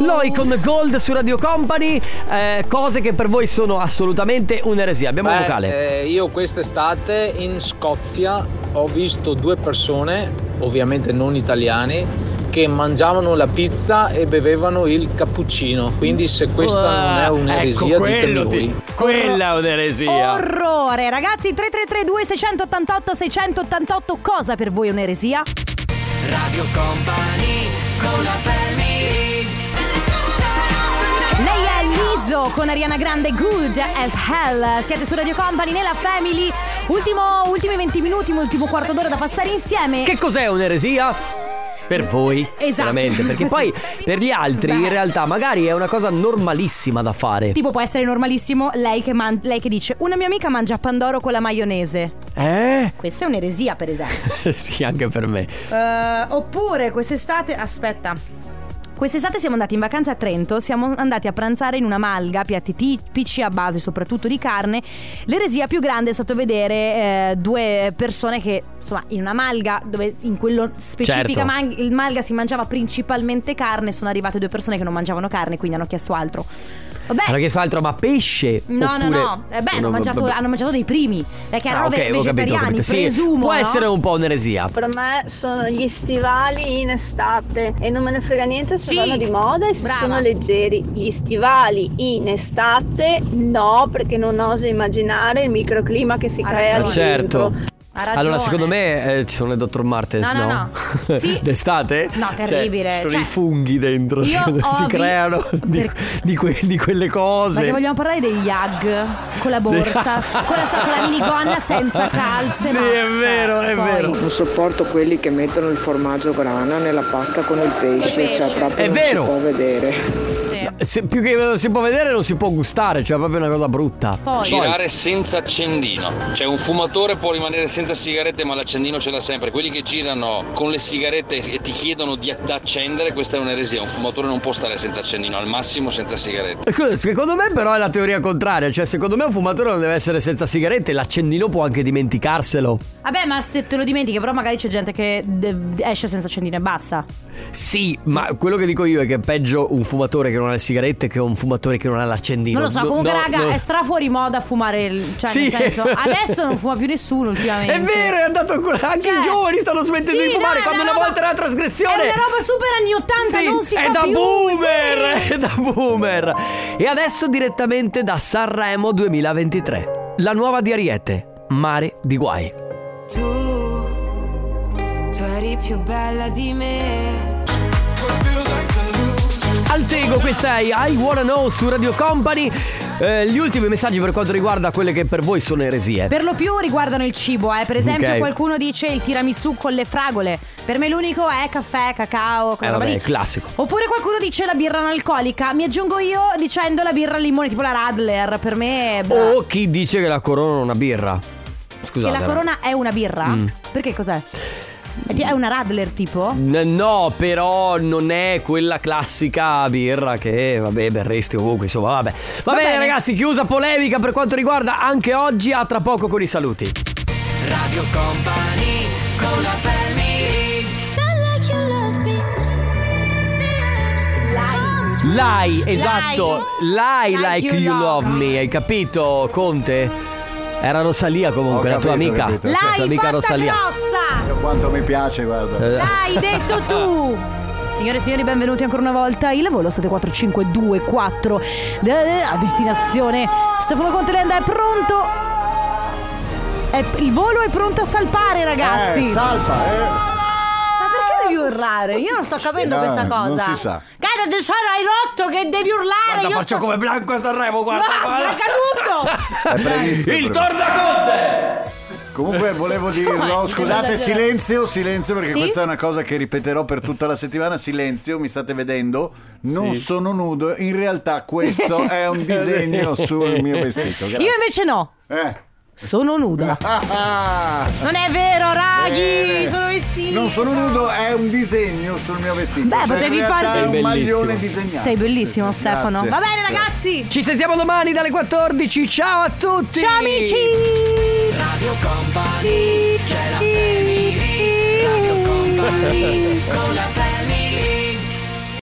[SPEAKER 1] Loi con Gold su Radio Company, eh, cose che per voi sono assolutamente un'eresia. Abbiamo
[SPEAKER 8] eh,
[SPEAKER 1] un vocale.
[SPEAKER 9] io quest'estate in Scozia ho visto due persone
[SPEAKER 8] ovviamente non italiani, che mangiavano la pizza e bevevano il cappuccino. Quindi se questa
[SPEAKER 1] Ah,
[SPEAKER 8] non è un'eresia,
[SPEAKER 9] ecco,
[SPEAKER 8] ditemi
[SPEAKER 9] quello
[SPEAKER 8] voi.
[SPEAKER 9] ti- quella è un'eresia.
[SPEAKER 2] Orrore, ragazzi, 3332 688 688 cosa per voi è un'eresia? Lei è Liso con Ariana Grande Good as Hell. Siete su Radio Company nella Family. Ultimo, ultimi 20 minuti, ultimo quarto d'ora da passare insieme.
[SPEAKER 1] Che cos'è un'eresia? Per voi,
[SPEAKER 2] Esatto.
[SPEAKER 1] veramente, perché poi per gli altri in
[SPEAKER 2] Beh.
[SPEAKER 1] realtà magari è una cosa normalissima da fare.
[SPEAKER 2] Tipo può essere normalissimo lei che, man- lei che dice una mia amica mangia pandoro con la maionese.
[SPEAKER 1] Eh?
[SPEAKER 2] Questa è un'eresia per esempio.
[SPEAKER 1] sì, anche per me.
[SPEAKER 2] Eh, oppure quest'estate, aspetta. Quest'estate siamo andati in vacanza a Trento, siamo andati a pranzare in una malga, piatti tipici a base soprattutto di carne. L'eresia più grande è stato vedere eh, due persone che, insomma, in una malga, dove in quello specifica
[SPEAKER 1] Certo.
[SPEAKER 2] man- il malga si mangiava principalmente carne, sono arrivate due persone che non mangiavano carne, quindi hanno chiesto altro. Vabbè,
[SPEAKER 1] Hanno chiesto altro, ma pesce?
[SPEAKER 2] No, no,
[SPEAKER 1] Oppure-
[SPEAKER 2] no. Eh beh, hanno
[SPEAKER 1] No,
[SPEAKER 2] mangiato,
[SPEAKER 1] vabbè.
[SPEAKER 2] hanno mangiato dei primi. Perché
[SPEAKER 1] Ah,
[SPEAKER 2] erano
[SPEAKER 1] ok,
[SPEAKER 2] ve-
[SPEAKER 1] ho capito, ho
[SPEAKER 2] vegetariani,
[SPEAKER 1] capito. Sì,
[SPEAKER 2] presumo.
[SPEAKER 1] Può
[SPEAKER 2] no?
[SPEAKER 1] essere un po' un'eresia.
[SPEAKER 10] Per me sono gli stivali in estate e non me ne frega niente se
[SPEAKER 2] Sì.
[SPEAKER 10] vanno di moda e se
[SPEAKER 2] Brava.
[SPEAKER 10] sono leggeri. Gli stivali in estate no, perché non oso immaginare il microclima che si
[SPEAKER 2] Ha
[SPEAKER 10] crea
[SPEAKER 9] Eh,
[SPEAKER 2] ragione.
[SPEAKER 10] lì
[SPEAKER 1] Ma certo.
[SPEAKER 10] dentro.
[SPEAKER 2] Ha ragione.
[SPEAKER 1] Allora, secondo me eh, ci sono le Dr. Martens,
[SPEAKER 2] No,
[SPEAKER 1] no?
[SPEAKER 2] no, no. Sì.
[SPEAKER 1] D'estate?
[SPEAKER 2] No,
[SPEAKER 1] Cioè,
[SPEAKER 2] terribile.
[SPEAKER 1] ci sono
[SPEAKER 2] Cioè,
[SPEAKER 1] i funghi dentro,
[SPEAKER 2] io
[SPEAKER 1] secondo me,
[SPEAKER 2] ho
[SPEAKER 1] si
[SPEAKER 2] vi-
[SPEAKER 1] creano di,
[SPEAKER 2] Per-
[SPEAKER 1] di que- di quelle cose.
[SPEAKER 2] Perché vogliamo parlare degli YAG con la borsa,
[SPEAKER 1] Sì.
[SPEAKER 2] con, la, sa- con la minigonna senza calze.
[SPEAKER 1] Sì,
[SPEAKER 2] ma-
[SPEAKER 1] è
[SPEAKER 2] cioè,
[SPEAKER 1] vero, è
[SPEAKER 2] poi-
[SPEAKER 1] vero.
[SPEAKER 11] Non sopporto quelli che mettono il formaggio grana nella pasta con il pesce,
[SPEAKER 2] Pesce.
[SPEAKER 11] cioè proprio
[SPEAKER 1] È
[SPEAKER 11] non
[SPEAKER 1] vero.
[SPEAKER 11] si può vedere.
[SPEAKER 2] Sì.
[SPEAKER 1] Se- più che non si può vedere, non si può gustare, cioè è proprio una cosa brutta.
[SPEAKER 2] Poi-
[SPEAKER 12] Girare senza accendino. Cioè un fumatore può rimanere senza sigarette ma l'accendino ce l'ha sempre. Quelli che girano con le sigarette e ti chiedono di, da accendere, questa è un'eresia. Un fumatore non può stare senza accendino, al massimo senza sigarette.
[SPEAKER 1] Eh, Scusa, Secondo me però è la teoria contraria, cioè secondo me un fumatore non deve essere senza sigarette, l'accendino può anche dimenticarselo.
[SPEAKER 2] Vabbè, ma se te lo dimentichi, però magari c'è gente che de- esce senza accendino e basta.
[SPEAKER 1] Sì, ma quello che dico io è che è peggio un fumatore che non ha le sigarette che un fumatore che non ha l'accendino.
[SPEAKER 2] Non lo so,
[SPEAKER 1] No,
[SPEAKER 2] comunque,
[SPEAKER 1] no,
[SPEAKER 2] raga,
[SPEAKER 1] no.
[SPEAKER 2] è stra fuori moda fumare. il- Cioè,
[SPEAKER 1] Sì.
[SPEAKER 2] nel senso, adesso non fuma più nessuno ultimamente.
[SPEAKER 1] È vero, è andato ancora. Anche
[SPEAKER 2] Cioè,
[SPEAKER 1] i giovani stanno smettendo
[SPEAKER 2] sì,
[SPEAKER 1] di fumare.
[SPEAKER 2] no, è
[SPEAKER 1] quando una
[SPEAKER 2] roba-
[SPEAKER 1] volta era una trasgressione.
[SPEAKER 2] È una roba super anni 80,
[SPEAKER 1] Sì,
[SPEAKER 2] non si
[SPEAKER 1] è
[SPEAKER 2] fa
[SPEAKER 1] da
[SPEAKER 2] più.
[SPEAKER 1] boomer,
[SPEAKER 2] sì.
[SPEAKER 1] è da boomer. E adesso direttamente da Sanremo 2023. La nuova di Ariete, Mare di Guai. Altego, questa è I Wanna Know su Radio Company. Eh, gli ultimi messaggi per quanto riguarda quelle che per voi sono eresie.
[SPEAKER 2] Per lo più riguardano il cibo, eh. per esempio
[SPEAKER 1] Ok.
[SPEAKER 2] qualcuno dice il tiramisù con le fragole, per me l'unico è caffè, cacao, quella
[SPEAKER 1] Eh,
[SPEAKER 2] roba
[SPEAKER 1] vabbè,
[SPEAKER 2] lì.
[SPEAKER 1] classico.
[SPEAKER 2] Oppure qualcuno dice la birra analcolica, mi aggiungo io dicendo la birra al limone, tipo la Radler, per me... beh,
[SPEAKER 1] O chi dice che la corona è una birra.
[SPEAKER 2] che
[SPEAKER 1] Scusate.
[SPEAKER 2] la
[SPEAKER 1] eh.
[SPEAKER 2] corona è una birra?
[SPEAKER 1] Mm.
[SPEAKER 2] Perché cos'è? È ti- È una Radler tipo?
[SPEAKER 1] N- No, però non è quella classica birra che, vabbè, berresti ovunque, insomma, vabbè. Va,
[SPEAKER 2] Va
[SPEAKER 1] bene,
[SPEAKER 2] bene.
[SPEAKER 1] ragazzi, chiusa polemica per quanto riguarda anche oggi, a tra poco con i saluti. Radio Company con la Lai, esatto, Lai like, you, love me, hai capito Conte? Era Rosalia comunque,
[SPEAKER 9] Ho
[SPEAKER 1] la tua
[SPEAKER 9] capito,
[SPEAKER 1] amica,
[SPEAKER 9] capito.
[SPEAKER 1] la tua
[SPEAKER 2] L'hai
[SPEAKER 1] amica
[SPEAKER 2] fatta
[SPEAKER 1] Rosalia.
[SPEAKER 2] grossa!
[SPEAKER 9] Quanto mi piace, guarda.
[SPEAKER 1] Eh,
[SPEAKER 2] L'hai detto tu! Signore e signori, benvenuti ancora una volta. Il volo 74524 eh, a destinazione. Stefano Conte Lenda è pronto. È- il volo è pronto a
[SPEAKER 9] Eh,
[SPEAKER 2] salpare, ragazzi.
[SPEAKER 9] salva,
[SPEAKER 2] Ma perché devi urlare? Io non sto capendo
[SPEAKER 9] Eh, no,
[SPEAKER 2] questa cosa.
[SPEAKER 9] non si sa.
[SPEAKER 2] Cara, tesoro, hai rotto che devi urlare.
[SPEAKER 1] Guarda,
[SPEAKER 2] io
[SPEAKER 1] faccio
[SPEAKER 2] sto-
[SPEAKER 1] come Blanco a Sanremo, guarda,
[SPEAKER 2] Ma
[SPEAKER 1] guarda.
[SPEAKER 2] spacca tutto!
[SPEAKER 9] È previsto.
[SPEAKER 1] Il tornaconte!
[SPEAKER 9] Comunque volevo dirlo,
[SPEAKER 2] Come?
[SPEAKER 9] scusate,
[SPEAKER 2] Esagerato.
[SPEAKER 9] silenzio, silenzio perché
[SPEAKER 2] Sì?
[SPEAKER 9] questa è una cosa che ripeterò per tutta la settimana, silenzio, mi state vedendo, non sono nudo, in realtà questo è un disegno sul mio vestito. grazie.
[SPEAKER 2] Io invece no.
[SPEAKER 9] Eh.
[SPEAKER 2] Sono nuda.
[SPEAKER 9] Ah, ah.
[SPEAKER 2] Non è vero, raghi!
[SPEAKER 9] Bene.
[SPEAKER 2] Sono vestiti.
[SPEAKER 9] Eh, Non sono nudo, è un disegno sul mio vestito.
[SPEAKER 2] Beh,
[SPEAKER 9] Cioè,
[SPEAKER 2] potevi
[SPEAKER 9] in
[SPEAKER 2] fare-
[SPEAKER 9] realtà è un
[SPEAKER 1] Sei bellissimo.
[SPEAKER 9] maglione disegnato.
[SPEAKER 2] Sei bellissimo,
[SPEAKER 9] Sì,
[SPEAKER 2] Stefano.
[SPEAKER 9] grazie.
[SPEAKER 2] Va bene, ragazzi.
[SPEAKER 1] Ci sentiamo domani dalle 14. Ciao a tutti!
[SPEAKER 2] Ciao, amici.